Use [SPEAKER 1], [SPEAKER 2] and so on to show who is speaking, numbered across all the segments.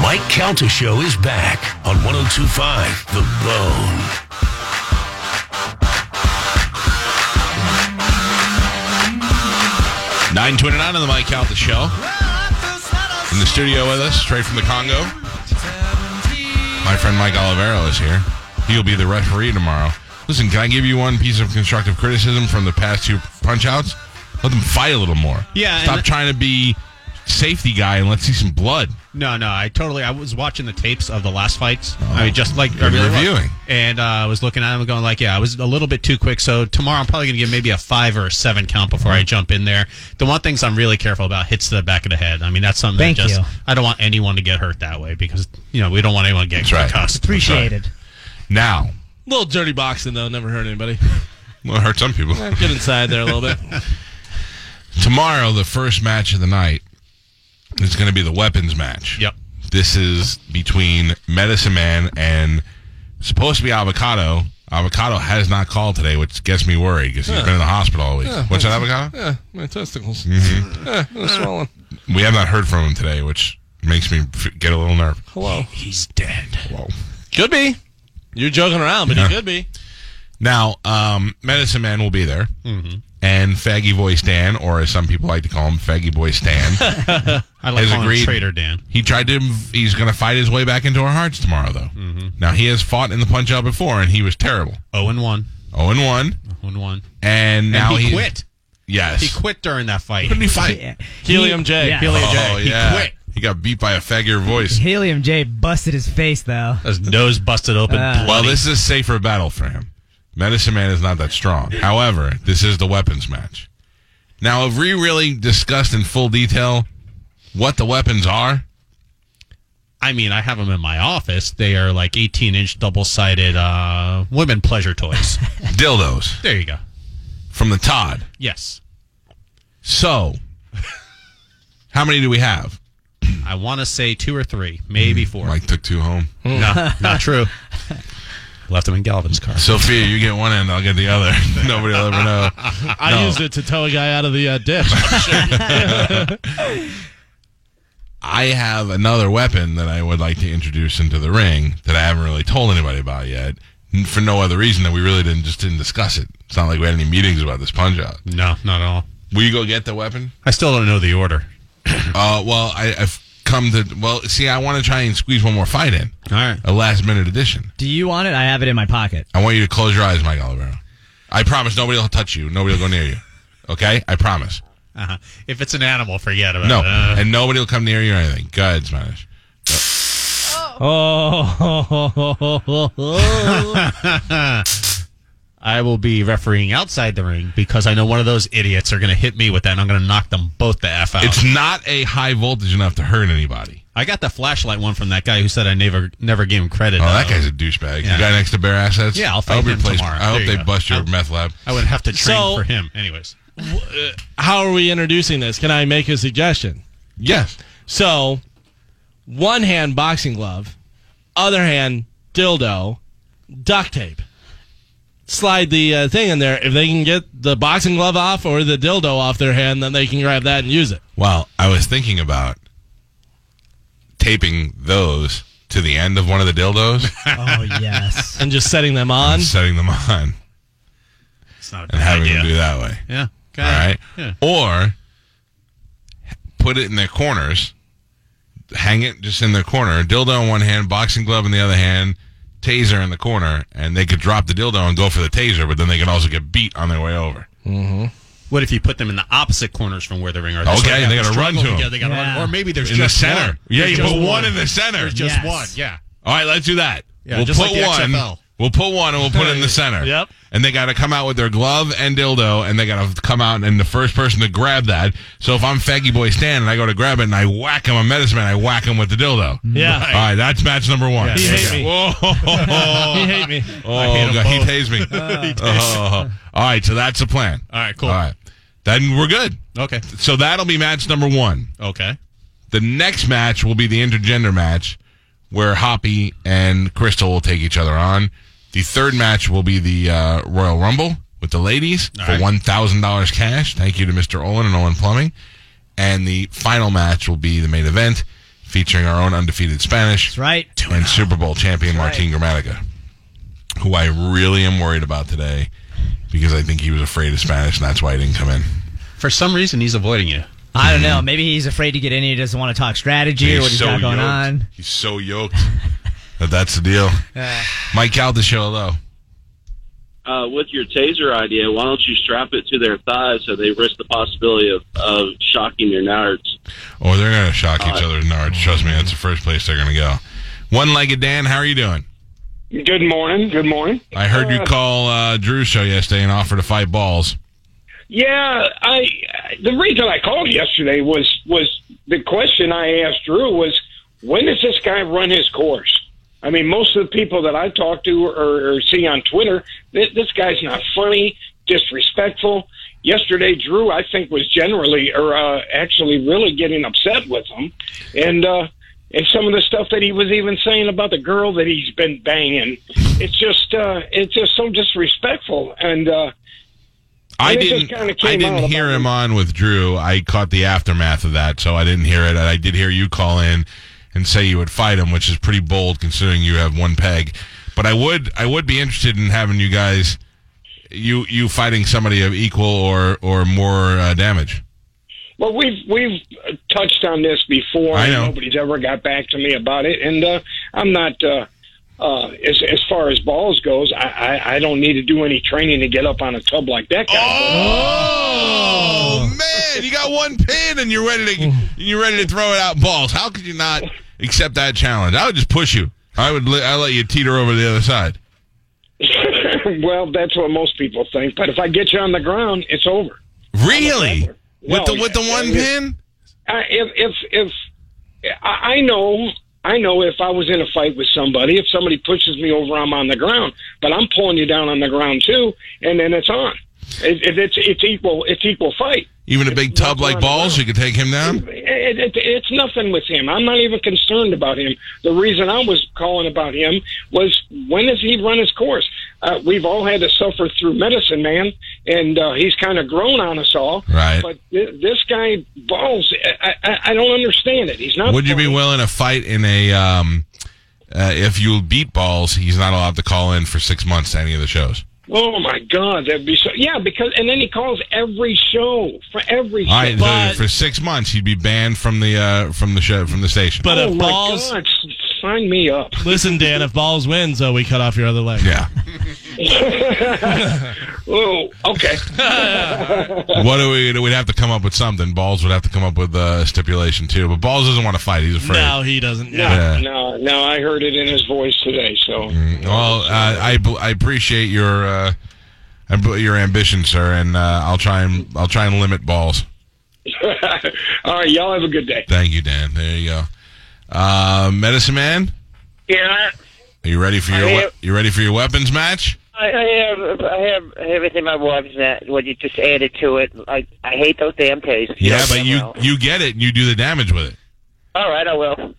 [SPEAKER 1] Mike Calta Show is back on 1025 The Bone.
[SPEAKER 2] Nine twenty nine on the Mike Calta Show. In the studio with us, straight from the Congo. My friend Mike Olivero is here. He'll be the referee tomorrow. Listen, can I give you one piece of constructive criticism from the past two punch outs? Let them fight a little more.
[SPEAKER 3] Yeah,
[SPEAKER 2] Stop
[SPEAKER 3] and-
[SPEAKER 2] trying to be safety guy and let's see some blood.
[SPEAKER 3] No, no, I totally. I was watching the tapes of the last fights. I mean, just like I
[SPEAKER 2] You're
[SPEAKER 3] really was.
[SPEAKER 2] reviewing.
[SPEAKER 3] and uh, I was looking at them, and going like, yeah, I was a little bit too quick. So tomorrow, I'm probably going to give maybe a five or a seven count before
[SPEAKER 2] Mm-hmm.
[SPEAKER 3] I jump in there. The one things I'm really careful about hits to the back of the head. I mean, that's something.
[SPEAKER 4] Thank
[SPEAKER 3] that just,
[SPEAKER 4] you.
[SPEAKER 3] I don't want anyone to get hurt that way because you know we don't want anyone to get
[SPEAKER 2] That's right.
[SPEAKER 3] concussed.
[SPEAKER 4] Appreciated.
[SPEAKER 2] Now.
[SPEAKER 5] little dirty boxing though, never hurt anybody.
[SPEAKER 2] Well, it hurt some people.
[SPEAKER 5] Get inside there a little bit.
[SPEAKER 2] Tomorrow, the first match of the night is going to be the weapons match.
[SPEAKER 3] Yep.
[SPEAKER 2] This is between Medicine Man and supposed to be Avocado. Avocado has not called today, which gets me worried because he's been in the hospital all week. What's that, Avocado?
[SPEAKER 5] Yeah, my testicles. they're swollen.
[SPEAKER 2] We have not heard from him today, which makes me f- get a little nerve.
[SPEAKER 5] Hello.
[SPEAKER 3] He's dead.
[SPEAKER 2] Whoa.
[SPEAKER 5] Could be. You're joking around, but
[SPEAKER 2] Yeah.
[SPEAKER 5] he could be.
[SPEAKER 2] Now, um, Medicine Man will be there,
[SPEAKER 5] Mm-hmm.
[SPEAKER 2] and Faggy Boy Stan, or as some people like to call him, Faggy Boy Stan.
[SPEAKER 3] I like
[SPEAKER 2] Has
[SPEAKER 3] calling him
[SPEAKER 2] agreed.
[SPEAKER 3] Trader Dan.
[SPEAKER 2] he tried to. He's going to fight his way back into our hearts tomorrow, though.
[SPEAKER 5] Mm-hmm.
[SPEAKER 2] Now he has fought in the punch out before, and he was terrible.
[SPEAKER 3] Oh and one.
[SPEAKER 2] Zero and one,
[SPEAKER 3] Oh and one.
[SPEAKER 2] and now
[SPEAKER 3] and he
[SPEAKER 2] he's-
[SPEAKER 3] quit.
[SPEAKER 2] Yes,
[SPEAKER 3] He quit during that fight.
[SPEAKER 2] What did he fight?
[SPEAKER 4] Yeah.
[SPEAKER 5] Helium
[SPEAKER 4] He-
[SPEAKER 5] J.
[SPEAKER 4] yeah.
[SPEAKER 5] Helium
[SPEAKER 2] Oh
[SPEAKER 3] He
[SPEAKER 2] yeah,
[SPEAKER 3] quit.
[SPEAKER 2] He got beat by a faggot voice.
[SPEAKER 4] Helium J busted his face though.
[SPEAKER 3] His nose busted open.
[SPEAKER 4] Ah.
[SPEAKER 2] Well, this is a safer battle for him. Medicine Man is not that strong. However, this is the weapons match. Now, have we really discussed in full detail what the weapons are?
[SPEAKER 3] I mean, I have them in my office. They are like 18 inch double sided uh, women pleasure toys.
[SPEAKER 2] Dildos
[SPEAKER 3] there you go.
[SPEAKER 2] from the Todd.
[SPEAKER 3] Yes.
[SPEAKER 2] So, how many do we have?
[SPEAKER 3] I want to say two or three, maybe four.
[SPEAKER 2] Mike took two home.
[SPEAKER 3] no, not true. Mm. Left them in Galvin's car.
[SPEAKER 2] Sophia, you get one end, I'll get the other. Nobody will ever know.
[SPEAKER 5] I used it to tow a guy out of the uh, ditch.
[SPEAKER 2] I have another weapon that I would like to introduce into the ring that I haven't really told anybody about yet, n- for no other reason that we really didn't just didn't discuss it. It's not like we had any meetings about this punch out.
[SPEAKER 3] No, not at all.
[SPEAKER 2] Will you go get the weapon?
[SPEAKER 3] I still don't know the order.
[SPEAKER 2] Uh, well, I, I've come to. Well, see, I want to try and squeeze one more fight in,
[SPEAKER 3] All right.
[SPEAKER 2] a last minute addition.
[SPEAKER 4] Do you want it? I have it in my pocket.
[SPEAKER 2] I want you to close your eyes, Mike Olivero. I promise nobody will touch you. Nobody will go near you. Okay, I promise.
[SPEAKER 3] Uh-huh. If it's an animal, forget about
[SPEAKER 2] No,
[SPEAKER 3] it. Uh,
[SPEAKER 2] and nobody will come near you or anything. Go ahead, Smash.
[SPEAKER 4] Oh,
[SPEAKER 3] I will be refereeing outside the ring because I know one of those idiots are going to hit me with that and I'm going to knock them both the F out.
[SPEAKER 2] It's not a high voltage enough to hurt anybody.
[SPEAKER 3] I got the flashlight one from that guy who said I never never gave him credit.
[SPEAKER 2] Oh,
[SPEAKER 3] Uh,
[SPEAKER 2] that guy's a douchebag.
[SPEAKER 3] Yeah.
[SPEAKER 2] The guy next to Bear Assets.
[SPEAKER 3] Yeah, I'll
[SPEAKER 2] I
[SPEAKER 3] fight
[SPEAKER 2] hope, he
[SPEAKER 3] him
[SPEAKER 2] plays-
[SPEAKER 3] tomorrow.
[SPEAKER 2] I hope
[SPEAKER 3] There you
[SPEAKER 2] they
[SPEAKER 3] go.
[SPEAKER 2] bust your
[SPEAKER 3] I'll-
[SPEAKER 2] meth lab.
[SPEAKER 3] I would have to train
[SPEAKER 5] So-
[SPEAKER 3] for him. Anyways.
[SPEAKER 5] How are we introducing this? Can I make a suggestion?
[SPEAKER 2] Yes.
[SPEAKER 5] So, one hand boxing glove, other hand dildo, duct tape. Slide the uh, thing in there. If they can get the boxing glove off or the dildo off their hand, then they can grab that and use it.
[SPEAKER 2] Well, I was thinking about taping those to the end of one of the dildos
[SPEAKER 4] oh yes.
[SPEAKER 5] And just setting them on.
[SPEAKER 2] and setting them on
[SPEAKER 3] It's not a
[SPEAKER 2] and
[SPEAKER 3] bad
[SPEAKER 2] having
[SPEAKER 3] idea.
[SPEAKER 2] them do that way.
[SPEAKER 3] Yeah. Okay.
[SPEAKER 2] All right.
[SPEAKER 3] Yeah.
[SPEAKER 2] Or put it in their corners, hang it just in their corner, dildo in one hand, boxing glove in the other hand, taser in the corner, and they could drop the dildo and go for the taser, but then they can also get beat on their way over.
[SPEAKER 3] What if you put them in the opposite corners from where the ring are? This
[SPEAKER 2] Okay,
[SPEAKER 3] way
[SPEAKER 2] they
[SPEAKER 3] have
[SPEAKER 2] gotta run
[SPEAKER 3] struggle
[SPEAKER 2] to 'em.
[SPEAKER 3] together, They gotta
[SPEAKER 4] Yeah.
[SPEAKER 3] run. Or maybe there's
[SPEAKER 2] in the
[SPEAKER 3] just
[SPEAKER 2] center.
[SPEAKER 3] One.
[SPEAKER 2] Yeah, you
[SPEAKER 3] There's
[SPEAKER 2] put
[SPEAKER 3] just
[SPEAKER 2] one. in the center.
[SPEAKER 3] There's just
[SPEAKER 4] Yes.
[SPEAKER 3] one. Yeah.
[SPEAKER 2] All right, let's do that.
[SPEAKER 3] Yeah,
[SPEAKER 2] we'll
[SPEAKER 3] just
[SPEAKER 2] put
[SPEAKER 3] like the
[SPEAKER 2] one.
[SPEAKER 3] XFL.
[SPEAKER 2] We'll put one and we'll put it in the center.
[SPEAKER 5] Yep.
[SPEAKER 2] And they got to come out with their glove and dildo, and they got to come out and the first person to grab that. So if I'm Faggy Boy Stan and I go to grab it and I whack him a medicine man, I whack him with the dildo.
[SPEAKER 5] Yeah.
[SPEAKER 2] All right, that's match number one.
[SPEAKER 3] Mm-hmm. Yeah, He
[SPEAKER 5] there hate you
[SPEAKER 2] Whoa.
[SPEAKER 5] You hate me.
[SPEAKER 2] Oh,
[SPEAKER 3] hate 'em
[SPEAKER 2] God, he
[SPEAKER 3] both.
[SPEAKER 2] pays me. Oh. All right, so that's the plan.
[SPEAKER 3] All right. Cool.
[SPEAKER 2] All right. Then we're good.
[SPEAKER 3] Okay.
[SPEAKER 2] So that'll be match number one.
[SPEAKER 3] Okay.
[SPEAKER 2] The next match will be the intergender match where Hoppy and Crystal will take each other on. The third match will be the uh, Royal Rumble with the ladies for
[SPEAKER 3] right.
[SPEAKER 2] $1,000 cash. Thank you to Mr. Olin and Olin Plumbing. And the final match will be the main event featuring our own undefeated Spanish
[SPEAKER 4] That's right.
[SPEAKER 2] and Super Bowl champion Martin Gramatica, who I really am worried about today because I think he was afraid of Spanish and that's why he didn't come in.
[SPEAKER 3] For some reason, he's avoiding you.
[SPEAKER 4] I don't know. Maybe he's afraid to get in. He doesn't want to talk strategy or what he's got going
[SPEAKER 2] yoked.
[SPEAKER 4] on.
[SPEAKER 2] He's so yoked. But that's the deal. Mike Caldeshow, hello.
[SPEAKER 6] uh, with your taser idea, why don't you strap it to their thighs so they risk the possibility of, of shocking your nards?
[SPEAKER 2] Or Oh, they're going to shock each other's nards. Trust me, that's the first place they're going to go. One legged Dan, how are you doing?
[SPEAKER 7] Good morning. Good morning.
[SPEAKER 2] I heard you call uh, Drew's show yesterday and offer to fight balls.
[SPEAKER 7] Yeah, I. The reason I called yesterday was was the question I asked Drew was when does this guy run his course? I mean, most of the people that I talk to or, or see on Twitter, th- this guy's not funny, disrespectful. Yesterday, Drew, I think, was generally or uh, actually really getting upset with him, and uh, and some of the stuff that he was even saying about the girl that he's been banging, it's just uh, it's just so disrespectful and. uh
[SPEAKER 2] I
[SPEAKER 7] And it
[SPEAKER 2] didn't.
[SPEAKER 7] just kinda
[SPEAKER 2] I
[SPEAKER 7] came out
[SPEAKER 2] didn't hear
[SPEAKER 7] about
[SPEAKER 2] him
[SPEAKER 7] it.
[SPEAKER 2] on with Drew. I caught the aftermath of that, so I didn't hear it. And I did hear you call in and say you would fight him, which is pretty bold considering you have one peg. But I would, I would be interested in having you guys, you you fighting somebody of equal or or more uh, damage.
[SPEAKER 7] Well, we've we've uh, touched on this before.
[SPEAKER 2] I know.
[SPEAKER 7] and Nobody's ever got back to me about it, and uh, I'm not. Uh, uh, as as far as balls goes, I, I I don't need to do any training to get up on a tub like that guy.
[SPEAKER 2] Oh, man, you got one pin and you're ready to you're ready to throw it out balls. How could you not accept that challenge? I would just push you. I would let, I let you teeter over to the other side.
[SPEAKER 7] well, that's what most people think. But if I get you on the ground, it's over.
[SPEAKER 2] Really? With
[SPEAKER 7] Well,
[SPEAKER 2] the with the
[SPEAKER 7] yeah,
[SPEAKER 2] one
[SPEAKER 7] yeah.
[SPEAKER 2] pin?
[SPEAKER 7] I, if if if I, I know I know if I was in a fight with somebody, if somebody pushes me over, I'm on the ground. But I'm pulling you down on the ground too, and then it's on. It, it, it's it's equal. It's equal fight.
[SPEAKER 2] Even a big tub like balls, you could take him down.
[SPEAKER 7] it, it, it's nothing with him. I'm not even concerned about him. The reason I was calling about him was when does he run his course? Uh, we've all had to suffer through medicine, man, and uh, he's kind of grown on us all.
[SPEAKER 2] Right.
[SPEAKER 7] But th- this guy balls. I, I, I don't understand it. He's not.
[SPEAKER 2] Would you be
[SPEAKER 7] funny.
[SPEAKER 2] willing to fight in a? Um, uh, if you beat balls, he's not allowed to call in for six months to any of the shows.
[SPEAKER 7] Oh my God, that'd be so. Yeah, because and then he calls every show for every.
[SPEAKER 2] All
[SPEAKER 7] show.
[SPEAKER 2] right, so for six months, he'd be banned from the uh, from the show from the station.
[SPEAKER 5] But
[SPEAKER 7] oh
[SPEAKER 5] if
[SPEAKER 7] my
[SPEAKER 5] balls,
[SPEAKER 7] God, s- sign me up.
[SPEAKER 5] listen, Dan, if balls wins, though, we cut off your other leg.
[SPEAKER 2] yeah,
[SPEAKER 7] Oh, okay.
[SPEAKER 2] what do we? We'd have to come up with something. Balls would have to come up with a stipulation too. But balls doesn't want to fight. He's afraid.
[SPEAKER 5] No, he doesn't.
[SPEAKER 7] No,
[SPEAKER 5] Yeah.
[SPEAKER 2] Yeah.
[SPEAKER 7] no, no. I heard it in his voice today. So
[SPEAKER 2] Well, uh, I I appreciate your uh, I b- your ambition, sir, and uh, I'll try and I'll try and limit balls.
[SPEAKER 7] All right, y'all have a good day.
[SPEAKER 2] Thank you, Dan. There you go. Uh, Medicine Man,
[SPEAKER 8] Yeah,
[SPEAKER 2] are you ready for your
[SPEAKER 8] I
[SPEAKER 2] we-
[SPEAKER 8] am.
[SPEAKER 2] you ready for your weapons match?
[SPEAKER 8] I, I have, I have everything my wife said. What you just added to it, I, I hate those damn tasers.
[SPEAKER 2] Yeah,
[SPEAKER 8] know
[SPEAKER 2] but
[SPEAKER 8] damn
[SPEAKER 2] you
[SPEAKER 8] well.
[SPEAKER 2] you get it and you do the damage with it.
[SPEAKER 8] All right, I will.
[SPEAKER 5] All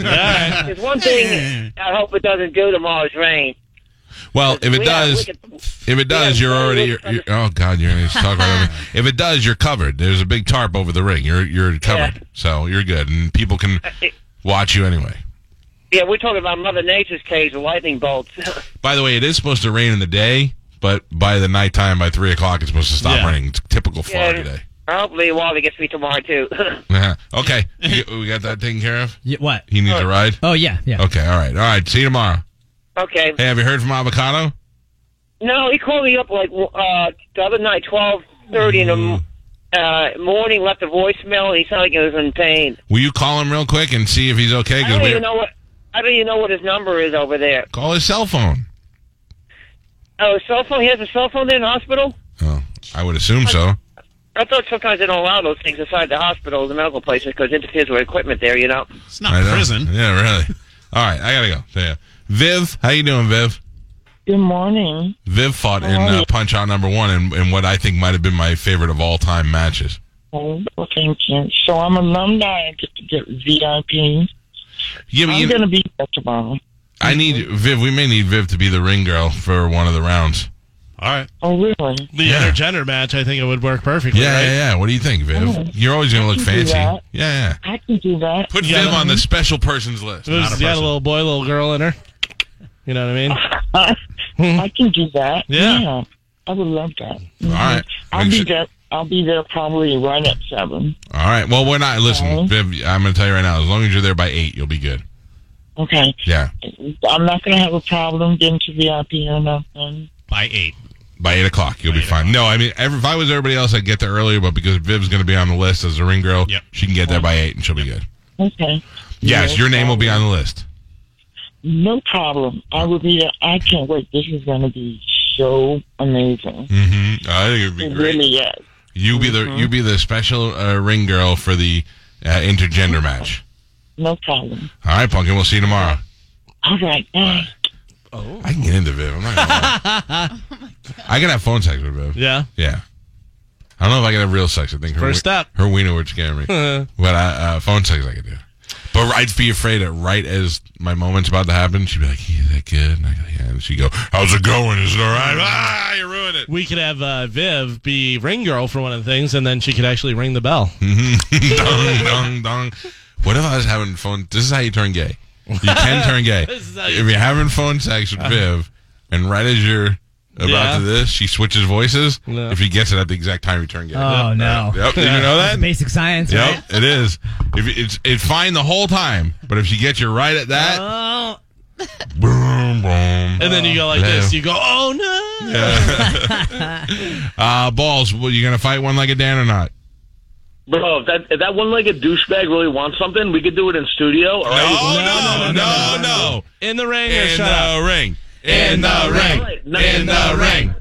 [SPEAKER 5] right.
[SPEAKER 8] There's one thing I hope it doesn't do tomorrow's rain.
[SPEAKER 2] Well, if it
[SPEAKER 8] We are-
[SPEAKER 2] does,
[SPEAKER 8] we could-
[SPEAKER 2] if it does,
[SPEAKER 8] we
[SPEAKER 2] you're
[SPEAKER 8] have
[SPEAKER 2] already
[SPEAKER 8] very
[SPEAKER 2] you're,
[SPEAKER 8] little
[SPEAKER 2] you're- oh god, you're going to talk right over. me. If it does, you're covered. There's a big tarp over the ring. You're you're covered, so you're good, and people can
[SPEAKER 8] it-
[SPEAKER 2] watch you anyway.
[SPEAKER 8] yeah, we're talking about Mother Nature's cage of lightning bolts.
[SPEAKER 2] By the way, it is supposed to rain in the day, but by the nighttime, by three o'clock, it's supposed to stop
[SPEAKER 5] Yeah.
[SPEAKER 2] raining. It's typical
[SPEAKER 8] Yeah.
[SPEAKER 2] Florida day.
[SPEAKER 8] Hopefully, Wally gets me tomorrow too.
[SPEAKER 2] Uh-huh. Okay, You- we got that taken care of.
[SPEAKER 4] Y- what?
[SPEAKER 2] He
[SPEAKER 8] Uh,
[SPEAKER 2] needs a ride.
[SPEAKER 4] Oh yeah, yeah.
[SPEAKER 2] Okay, all right, all right. See you tomorrow.
[SPEAKER 8] okay.
[SPEAKER 2] Hey, have you heard from Avocado?
[SPEAKER 8] No, he called me up like uh, the other night, twelve thirty in the m- uh, morning. Left a voicemail, and he sounded like he was in pain.
[SPEAKER 2] Will you call him real quick and see if he's okay?
[SPEAKER 8] I don't
[SPEAKER 2] we
[SPEAKER 8] even know what. I don't even know what his number is over there.
[SPEAKER 2] call his cell phone.
[SPEAKER 8] Oh, his cell phone. He has a cell phone there in the hospital.
[SPEAKER 2] Oh, I would assume so.
[SPEAKER 8] I thought sometimes they don't allow those things inside the hospitals and medical places because it interferes with equipment there. You know.
[SPEAKER 3] It's not
[SPEAKER 2] I know.
[SPEAKER 3] prison.
[SPEAKER 2] Yeah, really. All right, I gotta go. See ya. Viv, how you doing, Viv?
[SPEAKER 8] Good morning.
[SPEAKER 2] Viv fought in uh, Punch Out Number One in, in what I think might have been my favorite of all time matches.
[SPEAKER 8] Oh, well, thank you. So I'm alumni. I get to get VIP.
[SPEAKER 2] Yeah, but you-
[SPEAKER 8] gonna be there tomorrow.
[SPEAKER 2] I need Viv. We may need Viv to be the ring girl for one of the rounds. All right.
[SPEAKER 8] Oh, really?
[SPEAKER 5] The
[SPEAKER 2] Yeah.
[SPEAKER 5] intergender match, I think it would work perfectly.
[SPEAKER 2] Yeah,
[SPEAKER 5] right?
[SPEAKER 2] yeah, yeah. What do you think, Viv? You're always going to look
[SPEAKER 8] can do
[SPEAKER 2] fancy. Yeah,
[SPEAKER 8] that.
[SPEAKER 2] yeah.
[SPEAKER 8] I can do that.
[SPEAKER 2] Put
[SPEAKER 5] Yeah.
[SPEAKER 2] Viv on the special persons list.
[SPEAKER 5] It was,
[SPEAKER 2] not a
[SPEAKER 5] you had a
[SPEAKER 2] person.
[SPEAKER 5] little boy, little girl in her. You know what I mean?
[SPEAKER 8] I can do that.
[SPEAKER 5] Yeah.
[SPEAKER 8] I would love that.
[SPEAKER 2] Mm-hmm. All right.
[SPEAKER 8] I'll
[SPEAKER 2] Make
[SPEAKER 8] be
[SPEAKER 2] sure-
[SPEAKER 8] there. I'll be there probably right at seven.
[SPEAKER 2] All right. Well, we're not. Listen, Viv, I'm going to tell you right now, as long as you're there by 8, you'll be good.
[SPEAKER 8] Okay.
[SPEAKER 2] Yeah.
[SPEAKER 8] I'm not going to have a problem getting to VIP or nothing.
[SPEAKER 3] by eight.
[SPEAKER 2] By 8 o'clock, you'll be fine. No, I mean, every, if I was everybody else, I'd get there earlier, but because Viv's going to be on the list as a ring girl,
[SPEAKER 3] Yep.
[SPEAKER 2] she can get there by 8 and she'll be good.
[SPEAKER 8] Okay.
[SPEAKER 2] Yes, your name will be on the list.
[SPEAKER 8] No problem. I will be there. I can't wait. This is going to be so amazing.
[SPEAKER 2] hmm I think it would be
[SPEAKER 8] It
[SPEAKER 2] great.
[SPEAKER 8] really is.
[SPEAKER 2] You be the
[SPEAKER 5] Mm-hmm.
[SPEAKER 2] you be the special uh, ring girl for the uh, intergender match.
[SPEAKER 8] No problem.
[SPEAKER 2] All right, Pumpkin. We'll see you tomorrow.
[SPEAKER 8] All right. Bye.
[SPEAKER 2] I can get into Viv. I'm not gonna lie. I can have phone sex with Viv.
[SPEAKER 5] Yeah.
[SPEAKER 2] Yeah. I don't know if I can have real sex. I think her
[SPEAKER 5] First
[SPEAKER 2] wee-
[SPEAKER 5] up.
[SPEAKER 2] her wiener would scare me. but I, uh, phone sex I could do. But I'd be afraid that right as my moment's about to happen, she'd be like, "Is that good?" And, I go, yeah. and she'd go, "How's it going? Is it all right?" Ah, you ruined it.
[SPEAKER 5] We could have uh, Viv be ring girl for one of the things, and then she could actually ring the bell.
[SPEAKER 2] dong, dong, dong. What if I was having phone? This is how you turn gay. You can turn gay.
[SPEAKER 5] This is how you- Uh-huh.
[SPEAKER 2] if you're having phone sex with Viv, and right as you're about
[SPEAKER 5] Yeah.
[SPEAKER 2] to this, she switches voices.
[SPEAKER 5] No.
[SPEAKER 2] If she gets it at the exact time, you turn gay.
[SPEAKER 4] Oh, no.
[SPEAKER 2] Yep. Did you know
[SPEAKER 4] That's
[SPEAKER 2] that?
[SPEAKER 4] basic science,
[SPEAKER 2] Yep,
[SPEAKER 4] right?
[SPEAKER 2] it is. If you- it's it's fine the whole time, but if she gets you right at that,
[SPEAKER 4] Oh,
[SPEAKER 2] boom, boom.
[SPEAKER 5] And then you go like
[SPEAKER 2] Hello.
[SPEAKER 5] this. You go, oh no.
[SPEAKER 2] Uh, balls. Well, you gonna fight one like a Dan or not?
[SPEAKER 6] Bro, if that if that one-legged douchebag really wants something, we could do it in studio. All
[SPEAKER 2] no,
[SPEAKER 6] right.
[SPEAKER 2] no, no. no, no.
[SPEAKER 5] In the ring or
[SPEAKER 2] In
[SPEAKER 5] shut up.
[SPEAKER 2] the ring. In the ring. In the ring.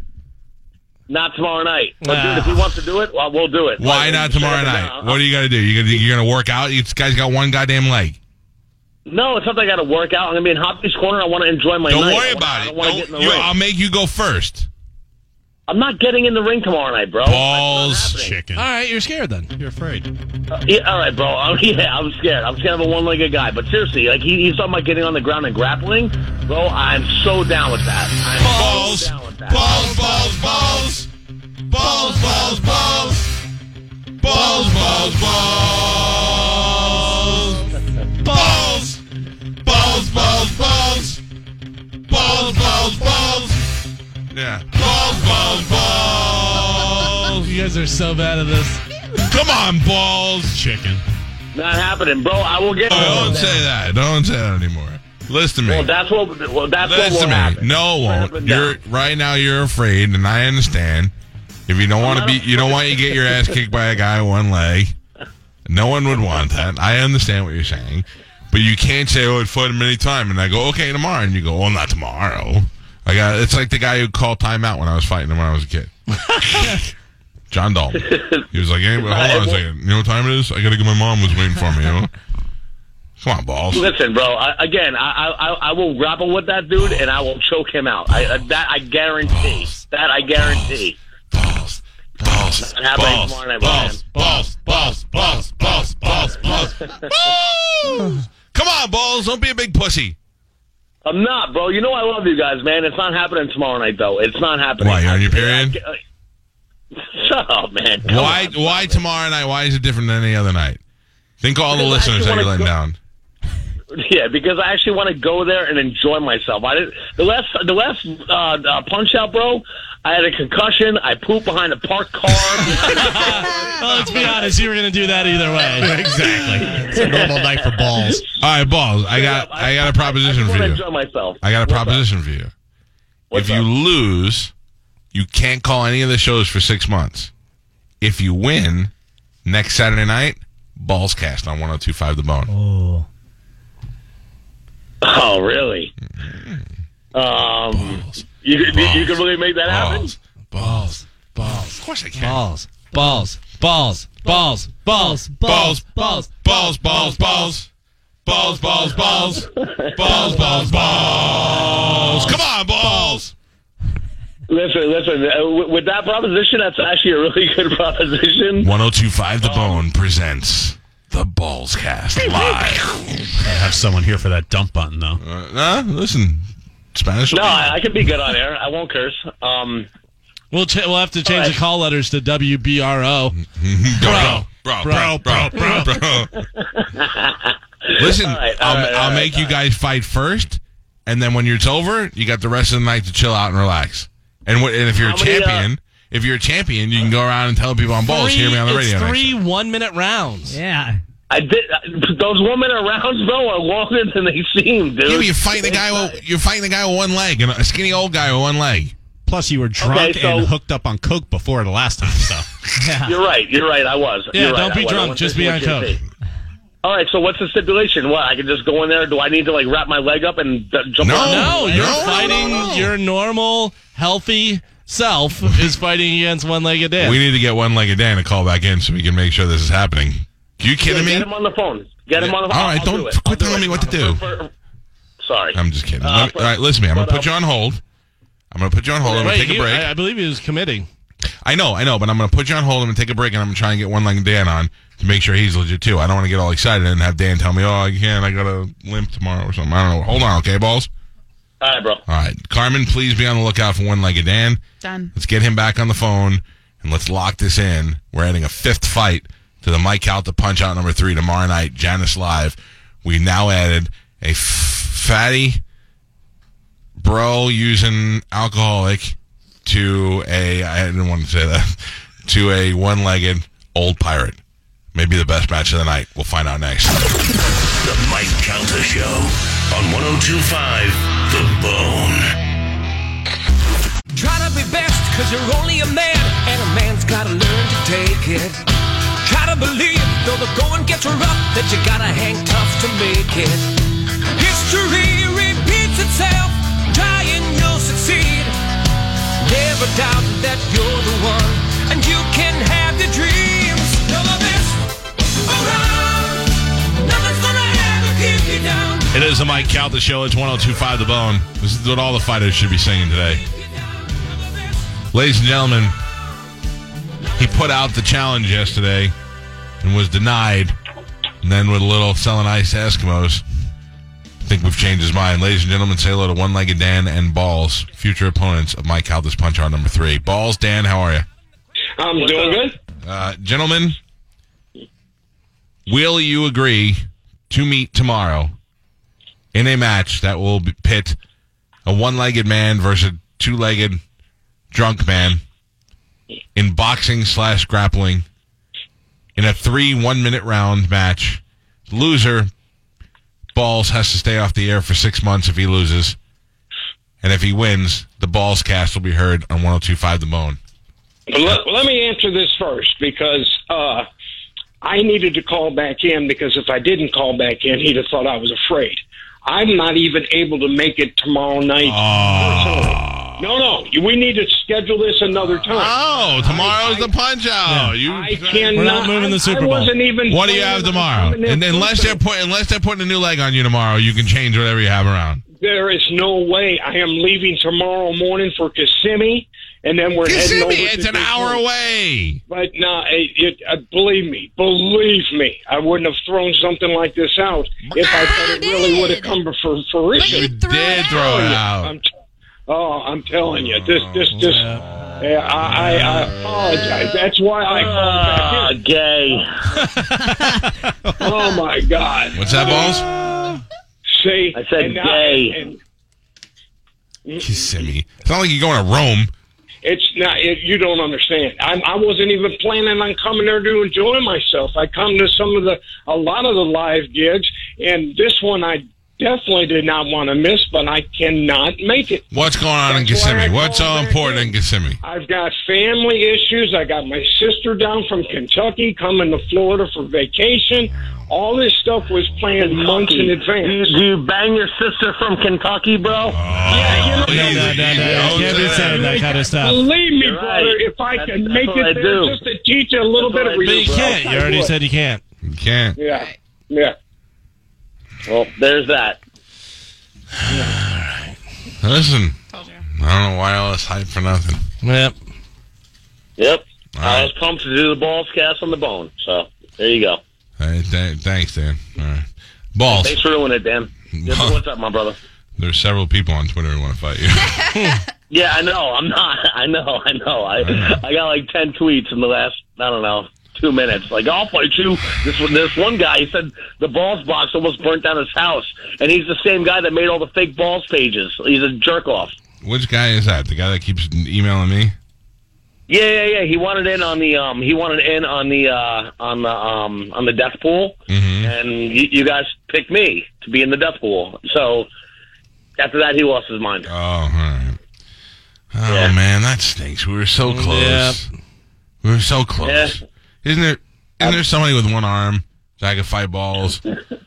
[SPEAKER 6] Not tomorrow night. But
[SPEAKER 5] Nah.
[SPEAKER 6] dude, if he wants to do it, well, we'll do it.
[SPEAKER 2] Why
[SPEAKER 6] Like,
[SPEAKER 2] not
[SPEAKER 6] shut
[SPEAKER 2] tomorrow
[SPEAKER 6] up and
[SPEAKER 2] night?
[SPEAKER 6] down.
[SPEAKER 2] What are you gonna do? You gonna you're gonna work out? This guy's got one goddamn leg.
[SPEAKER 6] No, it's something I got to work out. I'm gonna be in Hopkins Corner. I want to enjoy my
[SPEAKER 2] Don't
[SPEAKER 6] night.
[SPEAKER 2] worry
[SPEAKER 6] I wanna- I
[SPEAKER 2] about
[SPEAKER 6] don't
[SPEAKER 2] it.
[SPEAKER 6] wanna
[SPEAKER 2] Don't-
[SPEAKER 6] get in the
[SPEAKER 2] you-
[SPEAKER 6] ring.
[SPEAKER 2] I'll make you go first.
[SPEAKER 6] I'm not getting in the ring tomorrow night, bro.
[SPEAKER 2] Balls.
[SPEAKER 6] That's not happening.
[SPEAKER 3] Chicken.
[SPEAKER 5] All right, you're scared then.
[SPEAKER 3] You're afraid.
[SPEAKER 6] Yeah, all right, bro. I'm, yeah, I'm scared. I'm scared of a one-legged guy. But seriously, like he, he's talking about getting on the ground and grappling, bro. I'm so down with that. I'm
[SPEAKER 2] Balls.
[SPEAKER 6] So down with that.
[SPEAKER 2] Balls. Balls. Balls. Balls. Balls. Balls. Balls. Balls. Balls. Balls. Balls. Balls. Balls. Balls. Balls. Balls. Yeah. Balls. Balls. Balls.
[SPEAKER 5] You guys are so bad at this.
[SPEAKER 2] Come on, balls.
[SPEAKER 3] Chicken.
[SPEAKER 6] Not happening, bro. I will get.
[SPEAKER 2] Oh, don't say that. Don't say that anymore. Listen to me.
[SPEAKER 6] Well, that's what. Well, that's what will
[SPEAKER 2] Listen to
[SPEAKER 6] happen.
[SPEAKER 2] me. No, it
[SPEAKER 6] Straight up
[SPEAKER 2] won't.
[SPEAKER 6] and
[SPEAKER 2] You're
[SPEAKER 6] down.
[SPEAKER 2] right now. You're afraid, and I understand. If you don't want to
[SPEAKER 6] not
[SPEAKER 2] be, you don't want you to get your ass kicked by a guy with one leg. No one would want that. I understand what you're saying, but you can't say, "Oh, it fought him any time," and I go, "Okay, tomorrow," and you go, "Oh, not tomorrow." I got. It's like the guy who called timeout when I was fighting him when I was a kid. John Dalton. He was like, hey, hold on a second. You know what time it is? I got to get my mom was waiting for me. You know? Come on, balls.
[SPEAKER 6] Listen, bro. I, again, I, I I will grapple with that dude and I will choke him out. I, I- that I guarantee. That I guarantee.
[SPEAKER 2] balls, balls,
[SPEAKER 6] Not happening
[SPEAKER 2] balls,
[SPEAKER 6] tomorrow night,
[SPEAKER 2] balls, balls, balls, balls, balls, balls, balls, balls. Come on, balls! Don't be a big pussy.
[SPEAKER 6] I'm not, bro. You know I love you guys, man. It's not happening tomorrow night, though. It's not happening.
[SPEAKER 2] Why, you're on your
[SPEAKER 6] I-
[SPEAKER 2] period?
[SPEAKER 6] I- I- Shut up, man. Come
[SPEAKER 2] Why?
[SPEAKER 6] on.
[SPEAKER 2] Why tomorrow night? Why is it different than any other night? Think of all the
[SPEAKER 6] Because I
[SPEAKER 2] listeners
[SPEAKER 6] actually
[SPEAKER 2] that you're
[SPEAKER 6] wanna
[SPEAKER 2] letting
[SPEAKER 6] go-
[SPEAKER 2] down.
[SPEAKER 6] Yeah, because I actually want to go there and enjoy myself. I did the last the last uh, uh, punch out, bro. I had a concussion. I pooped behind a parked car.
[SPEAKER 5] Well, let's be honest. You were going to do that either way.
[SPEAKER 3] Exactly. It's a normal night for balls.
[SPEAKER 2] All right, balls. I got. I got a proposition
[SPEAKER 6] I
[SPEAKER 2] for
[SPEAKER 6] want to
[SPEAKER 2] you.
[SPEAKER 6] enjoy myself.
[SPEAKER 2] I got a proposition for you.
[SPEAKER 6] What's
[SPEAKER 2] if you
[SPEAKER 6] up?
[SPEAKER 2] lose, you can't call any of the shows for six months. If you win, next Saturday night, balls cast on 1025 The Bone.
[SPEAKER 6] Oh, really? Um, you, you, you can really make that happen.
[SPEAKER 2] balls, balls, balls. Of course I can.
[SPEAKER 5] balls, balls, balls, balls, balls,
[SPEAKER 2] Balls, balls, balls, balls, balls. Balls, balls, balls. Balls, balls, balls. Come on, balls.
[SPEAKER 6] Listen, listen. Uh, w- with that proposition, that's actually a really good proposition.
[SPEAKER 2] 1025 The Bone presents the Balls Cast live.
[SPEAKER 3] I have someone here for that dump button though.
[SPEAKER 2] uh, nah, listen, Spanish.
[SPEAKER 6] No, I, I can be good on air. I won't curse. Um,
[SPEAKER 5] We'll ch- we'll have to change the call letters to WBRO.
[SPEAKER 2] Bro, bro, bro, bro, bro, bro. Listen,
[SPEAKER 6] right, all
[SPEAKER 2] I'll,
[SPEAKER 6] right, all
[SPEAKER 2] I'll
[SPEAKER 6] right,
[SPEAKER 2] make you guys fight first, and then when it's over, you got the rest of the night to chill out and relax. And, what, and if you're a
[SPEAKER 6] How many, uh,
[SPEAKER 2] champion, if you're a champion, you can go around and tell people on balls, hear me on the
[SPEAKER 5] Three-
[SPEAKER 2] radio.
[SPEAKER 5] It's
[SPEAKER 2] next
[SPEAKER 5] three
[SPEAKER 2] time.
[SPEAKER 5] one minute rounds.
[SPEAKER 4] Yeah.
[SPEAKER 6] I did. uh, Those women around, bro, are longer than they seem, dude.
[SPEAKER 2] Yeah, but you're fighting the guy. With, you're fighting the guy with one leg, and a skinny old guy with one leg.
[SPEAKER 3] Plus, you were drunk
[SPEAKER 6] Okay, so-
[SPEAKER 3] and hooked up on coke before the last time. So
[SPEAKER 6] You're right. You're right. I was.
[SPEAKER 5] Yeah,
[SPEAKER 6] You're right,
[SPEAKER 5] don't be
[SPEAKER 6] I was. I
[SPEAKER 5] drunk,
[SPEAKER 6] was
[SPEAKER 5] just be on
[SPEAKER 6] what you
[SPEAKER 5] coke.
[SPEAKER 6] said. All right. So what's the stipulation? What I can just go in there? Do I need to like wrap my leg up and d- jump?
[SPEAKER 2] No.
[SPEAKER 6] around?
[SPEAKER 5] No,
[SPEAKER 2] No,
[SPEAKER 5] Oh, you're
[SPEAKER 2] no, no,
[SPEAKER 5] fighting
[SPEAKER 2] no, no.
[SPEAKER 5] your normal healthy self is fighting against one legged Dan.
[SPEAKER 2] We need to get one legged Dan to call back in so we can make sure this is happening. You
[SPEAKER 6] Yeah,
[SPEAKER 2] kidding
[SPEAKER 6] Get
[SPEAKER 2] me?
[SPEAKER 6] him on the phone. Get him
[SPEAKER 2] Yeah.
[SPEAKER 6] on the phone.
[SPEAKER 2] All right,
[SPEAKER 6] I'll
[SPEAKER 2] don't
[SPEAKER 6] do it.
[SPEAKER 2] quit
[SPEAKER 6] I'll do
[SPEAKER 2] telling
[SPEAKER 6] it.
[SPEAKER 2] me what to do.
[SPEAKER 6] Sorry.
[SPEAKER 2] I'm just kidding.
[SPEAKER 6] Uh,
[SPEAKER 2] Let me-
[SPEAKER 6] but-
[SPEAKER 2] all right, listen to me. I'm gonna
[SPEAKER 6] but,
[SPEAKER 2] put
[SPEAKER 6] uh,
[SPEAKER 2] you on hold. I'm gonna put you on hold. I'm gonna
[SPEAKER 5] Wait,
[SPEAKER 2] take a
[SPEAKER 5] he-
[SPEAKER 2] break.
[SPEAKER 5] I, I believe he was committing.
[SPEAKER 2] I know, I know, but I'm going to put you on hold. I'm going to take a break, and I'm going to try and get one legged Dan on to make sure he's legit too. I don't want to get all excited and have Dan tell me, "Oh, I can't. I got a limp tomorrow or something." I don't know. Hold on, okay, balls.
[SPEAKER 6] All right, bro.
[SPEAKER 2] All right, Carmen, please be on the lookout for one legged Dan.
[SPEAKER 9] Done.
[SPEAKER 2] Let's get him back on the phone and let's lock this in. We're adding a fifth fight to the Mike Out the Punch Out number three tomorrow night, Janice Live. We now added a f- fatty bro using alcoholic to a I didn't want to say that to a one legged old pirate. Maybe the best match of the night. We'll find out next.
[SPEAKER 1] The Mike Calta Show on 1025 The Bone.
[SPEAKER 10] Try to be best, cause you're only a man, and a man's gotta learn to take it. Try to believe, though the going gets rough, that you gotta hang tough to make it. History repeats itself, try and you'll succeed. Never doubt that you're the one, and you can have your dreams. You're the best around, Oh, nothing's gonna ever keep you down.
[SPEAKER 2] It is the Mike Calta Show. It's 1025 The Bone. This is what all the fighters should be singing today. Ladies and gentlemen, he put out the challenge yesterday and was denied. And then with a little selling ice to Eskimos, I think we've changed his mind. Ladies and gentlemen, say hello to One Legged Dan and Balls, future opponents of Mike Calda's Punch Out number three. Balls, Dan, how are you?
[SPEAKER 7] I'm doing good.
[SPEAKER 2] Uh, gentlemen, will you agree to meet tomorrow in a match that will be- pit a one-legged man versus a two-legged drunk man in boxing slash grappling in a three one-minute round match? Loser balls has to stay off the air for six months if he loses. And if he wins, the balls cast will be heard on 1025 The Bone.
[SPEAKER 7] But let, let me answer this first because uh, I needed to call back in because if I didn't call back in, he'd have thought I was afraid. I'm not even able to make it tomorrow night.
[SPEAKER 2] Ah.
[SPEAKER 7] personally. No, no, you- we need to schedule this another time.
[SPEAKER 2] Oh, tomorrow's the punch out. You,
[SPEAKER 7] I cannot.
[SPEAKER 5] We're not moving the
[SPEAKER 7] I-
[SPEAKER 5] Super
[SPEAKER 7] I
[SPEAKER 5] Bowl.
[SPEAKER 7] wasn't even.
[SPEAKER 2] what do you
[SPEAKER 7] planning
[SPEAKER 2] have
[SPEAKER 7] on
[SPEAKER 2] tomorrow?
[SPEAKER 7] coming in
[SPEAKER 2] And unless they're
[SPEAKER 7] Tuesday.
[SPEAKER 2] put, unless they're putting a new leg on you tomorrow, you can change whatever you have around.
[SPEAKER 7] there is no way I am leaving tomorrow morning for Kissimmee, and then we're heading over.
[SPEAKER 2] Kissimmee,
[SPEAKER 7] to
[SPEAKER 2] it's an hour
[SPEAKER 7] Detroit.
[SPEAKER 2] away.
[SPEAKER 7] But no, it, it, uh, believe me, believe me, I wouldn't have thrown something like this out if I thought it
[SPEAKER 9] But you
[SPEAKER 7] really would have
[SPEAKER 9] did.
[SPEAKER 7] come to fr-
[SPEAKER 9] But
[SPEAKER 7] fruition.
[SPEAKER 9] you threw
[SPEAKER 2] Did
[SPEAKER 9] it
[SPEAKER 2] throw
[SPEAKER 9] out.
[SPEAKER 2] it
[SPEAKER 7] I'm
[SPEAKER 2] out? Oh,
[SPEAKER 7] t- oh, I'm telling you, this, this, this. Yeah, I, I, I apologize. That's why I
[SPEAKER 6] Ah,
[SPEAKER 7] called back
[SPEAKER 6] gay.
[SPEAKER 7] in. Oh my God!
[SPEAKER 2] What's that, balls?
[SPEAKER 7] See,
[SPEAKER 6] I said
[SPEAKER 7] and
[SPEAKER 6] gay.
[SPEAKER 7] and
[SPEAKER 2] Kissimmee. It's not like you're going to Rome.
[SPEAKER 7] It's not. It, you don't understand. I, I wasn't even planning on coming there to enjoy myself. I come to some of the, a lot of the live gigs, and this one I definitely did not want to miss, but I cannot make it.
[SPEAKER 2] What's going on in
[SPEAKER 7] That's why I
[SPEAKER 2] Kissimmee? What's so
[SPEAKER 7] called back
[SPEAKER 2] important
[SPEAKER 7] in.
[SPEAKER 2] in Kissimmee?
[SPEAKER 7] I've got family issues. I got my sister down from Kentucky coming to Florida for vacation. All this stuff was planned months in
[SPEAKER 6] Do you,
[SPEAKER 7] advance.
[SPEAKER 6] do you bang your sister from Kentucky, bro?
[SPEAKER 2] Yeah,
[SPEAKER 5] No, no, no, no,
[SPEAKER 2] Don't
[SPEAKER 5] can't
[SPEAKER 2] say
[SPEAKER 5] be
[SPEAKER 2] that.
[SPEAKER 5] saying that kind of stuff.
[SPEAKER 7] Believe me,
[SPEAKER 6] You're right.
[SPEAKER 7] brother, if I
[SPEAKER 6] That's-
[SPEAKER 7] can
[SPEAKER 6] that's
[SPEAKER 7] make
[SPEAKER 6] what I
[SPEAKER 7] it there
[SPEAKER 6] do.
[SPEAKER 7] just to teach you a little
[SPEAKER 6] That's
[SPEAKER 7] bit of
[SPEAKER 6] what I do,
[SPEAKER 5] But you
[SPEAKER 7] relief.
[SPEAKER 5] can't. You already said you can't.
[SPEAKER 2] You can't.
[SPEAKER 7] Yeah, yeah.
[SPEAKER 6] Well, there's that.
[SPEAKER 2] Listen,
[SPEAKER 9] Told you.
[SPEAKER 2] I don't know why all this hype for nothing.
[SPEAKER 5] Yep.
[SPEAKER 6] Yep.
[SPEAKER 2] All
[SPEAKER 6] I
[SPEAKER 2] right.
[SPEAKER 6] was pumped to do the balls cast on the bone. So there you go.
[SPEAKER 2] All right, th- thanks, Dan. All right. Balls.
[SPEAKER 6] Thanks for ruining it, Dan. What's up, my brother?
[SPEAKER 2] There's several people on Twitter who want to fight you.
[SPEAKER 6] Yeah, I know. I'm not. I know. I know. I I got like ten tweets in the last I don't know two minutes. Like I'll fight you. This one, this one guy. He said the balls box almost burnt down his house, and he's the same guy that made all the fake balls pages. He's a jerk off.
[SPEAKER 2] Which guy is that? The guy that keeps emailing me?
[SPEAKER 6] Yeah, yeah, yeah. He wanted in on the um. He wanted in on the uh on the um on the death pool,
[SPEAKER 2] Mm-hmm.
[SPEAKER 6] and you, you guys picked me to be in the death pool. So after that, he lost his mind.
[SPEAKER 2] Oh, all right. Oh man, that stinks. We were so close. We were so close. Isn't there? Isn't there somebody with one arm that could fight balls,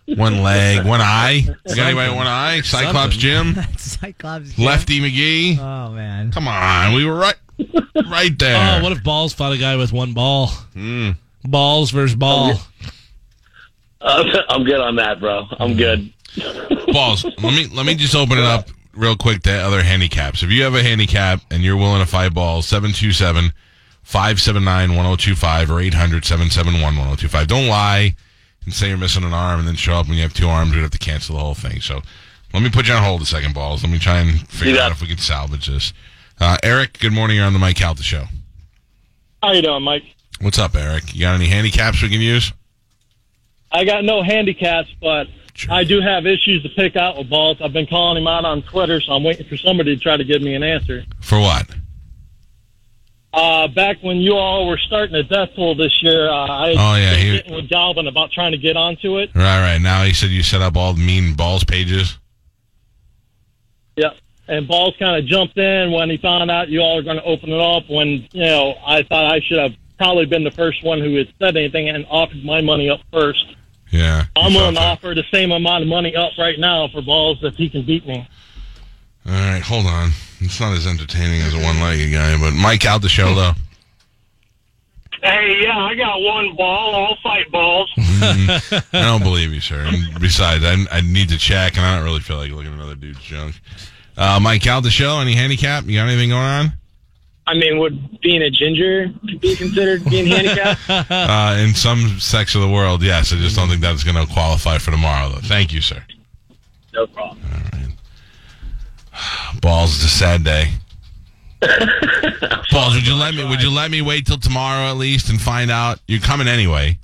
[SPEAKER 2] one leg, one eye? You got anybody with one eye? Cyclops Jim,
[SPEAKER 4] Cyclops.
[SPEAKER 2] Lefty McGee.
[SPEAKER 4] Oh man.
[SPEAKER 2] Come on, we were right, right there.
[SPEAKER 5] Oh, what if balls fought a guy with one ball? Hmm. Balls versus ball.
[SPEAKER 6] Uh, I'm good on that, bro. I'm good.
[SPEAKER 2] balls. Let me let me just open it up real quick to other handicaps. If you have a handicap and you're willing to fight balls, 727 579 1025 or 800 771 1025. Don't lie and say you're missing an arm and then show up when you have two arms. We'd have to cancel the whole thing. So let me put you on hold a second, balls. Let me try and figure
[SPEAKER 6] got
[SPEAKER 2] out
[SPEAKER 6] it.
[SPEAKER 2] if we can salvage this. Uh, Eric, good morning. You're on the Mike Calta show.
[SPEAKER 7] How you doing, Mike?
[SPEAKER 2] What's up, Eric? You got any handicaps we can use?
[SPEAKER 7] I got no handicaps, but
[SPEAKER 2] Sure.
[SPEAKER 7] I do have issues to pick out with balls. I've been calling him out on Twitter, so I'm waiting for somebody to try to give me an answer.
[SPEAKER 2] For what?
[SPEAKER 7] Uh, back when you all were starting the death pool this year, uh, I was
[SPEAKER 2] Oh, yeah. He,
[SPEAKER 7] getting with Galvin about trying to get onto it.
[SPEAKER 2] right, right. Now he said you set up all the mean balls pages.
[SPEAKER 7] Yep. And Balls kind of jumped in when he found out you all are going to open it up. When you know, I thought I should have probably been the first one who had said anything and offered my money up first.
[SPEAKER 2] Yeah.
[SPEAKER 7] I'm
[SPEAKER 2] You
[SPEAKER 7] going to
[SPEAKER 2] thought that.
[SPEAKER 7] offer the same amount of money up right now for Balls if he can beat me.
[SPEAKER 2] All right, hold on. It's not as entertaining as a one-legged guy, but Mike out the show though.
[SPEAKER 6] Hey, yeah, I got one ball. I'll fight balls.
[SPEAKER 2] Mm-hmm. I don't believe you, sir. And besides, I, I need to check, and I don't really feel like looking at another dude's junk. Uh, Mike out the show. Any handicap? You got anything going on?
[SPEAKER 7] I mean, would being a ginger be considered being handicapped?
[SPEAKER 2] Uh, in some sects of the world, yes. I just don't think that's going to qualify for tomorrow, though. Thank you, sir.
[SPEAKER 6] No problem.
[SPEAKER 2] Balls, it's a sad day. Balls, would you let me? Would you let me wait till tomorrow at least and find out? You're coming anyway.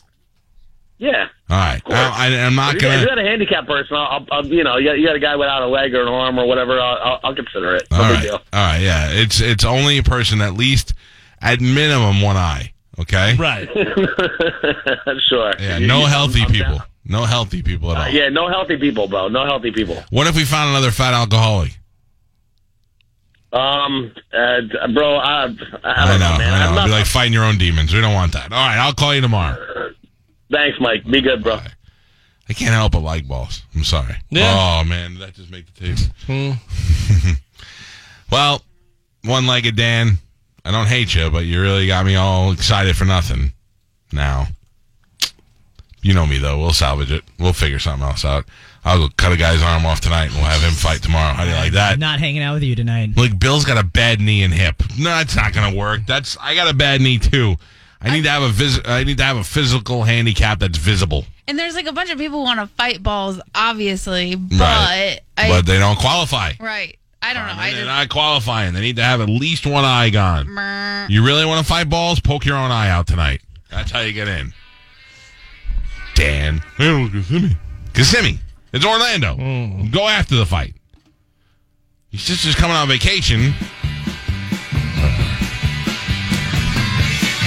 [SPEAKER 6] Yeah.
[SPEAKER 2] All right. I, I, I'm not
[SPEAKER 6] If you, if
[SPEAKER 2] gonna.
[SPEAKER 6] you got a handicap person, I'll, I'll, you know, you got, you got a guy without a leg or an arm or whatever, I'll, I'll, I'll consider it. No
[SPEAKER 2] All
[SPEAKER 6] big
[SPEAKER 2] right.
[SPEAKER 6] deal.
[SPEAKER 2] All right. Yeah. It's it's only a person at least at minimum one eye. Okay.
[SPEAKER 5] Right.
[SPEAKER 6] sure.
[SPEAKER 2] Yeah.
[SPEAKER 6] You-
[SPEAKER 2] No
[SPEAKER 6] you-
[SPEAKER 2] healthy
[SPEAKER 6] I'm
[SPEAKER 2] people.
[SPEAKER 6] down. Uh,
[SPEAKER 2] No healthy people at all.
[SPEAKER 6] Yeah, no healthy people, bro. No healthy people.
[SPEAKER 2] What if we found another fat alcoholic?
[SPEAKER 6] Um, uh, bro, I, I don't
[SPEAKER 2] I know.
[SPEAKER 6] know, man.
[SPEAKER 2] I know.
[SPEAKER 6] am
[SPEAKER 2] It'd
[SPEAKER 6] not,
[SPEAKER 2] be like fighting your own demons. We don't want that. All right. I'll call you tomorrow.
[SPEAKER 6] thanks, Mike. Be good, bro.
[SPEAKER 2] I can't help but like balls. I'm sorry.
[SPEAKER 5] Yeah.
[SPEAKER 2] Oh man, did that just make the tape. well, one-legged Dan, I don't hate you, but you really got me all excited for nothing. Now, you know me though. We'll salvage it. We'll figure something else out. I'll go cut a guy's arm off tonight, and we'll have him fight tomorrow. How do you like that?
[SPEAKER 4] I'm not hanging out with you tonight.
[SPEAKER 2] Like Bill's got a bad knee and hip. No, that's not gonna work. That's I got a bad knee too. I need to have a vis- I need to have a physical handicap that's visible.
[SPEAKER 9] And there's like a bunch of people want to fight balls, obviously, but
[SPEAKER 2] Right.
[SPEAKER 9] I
[SPEAKER 2] but they don't qualify.
[SPEAKER 9] right. I don't know. I
[SPEAKER 2] They're
[SPEAKER 9] just
[SPEAKER 2] not qualifying. They need to have at least one eye gone.
[SPEAKER 9] Meh.
[SPEAKER 2] You really want to fight balls? Poke your own eye out tonight. That's how you get in. Dan. Kissimmee. Kissimmee. It's Orlando. Go after the fight. Your sister's coming on vacation.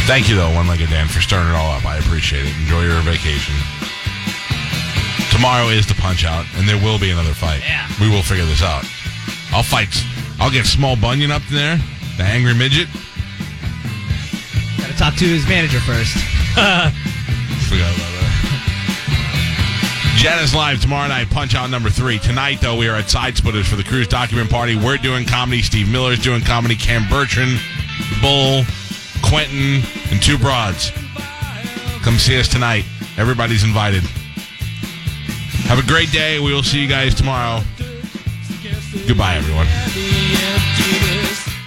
[SPEAKER 2] Thank you, though, One Legged Dan, for stirring it all up. I appreciate it. Enjoy your vacation. Tomorrow is the punch out, and there will be another fight.
[SPEAKER 4] Yeah.
[SPEAKER 2] We will figure this out. I'll fight. I'll get Small Bunyan up there, the angry midget.
[SPEAKER 4] Gotta talk to his manager first.
[SPEAKER 2] Forgot about that. Janice Live tomorrow night, punch out number three. Tonight, though, we are at Side Splitters for the Cruise Document Party. We're doing comedy. Steve Miller's doing comedy. Cam Bertrand, Bull, Quentin, and two broads. Come see us tonight. Everybody's invited. Have a great day. We will see you guys tomorrow. Goodbye, everyone.
[SPEAKER 10] The empty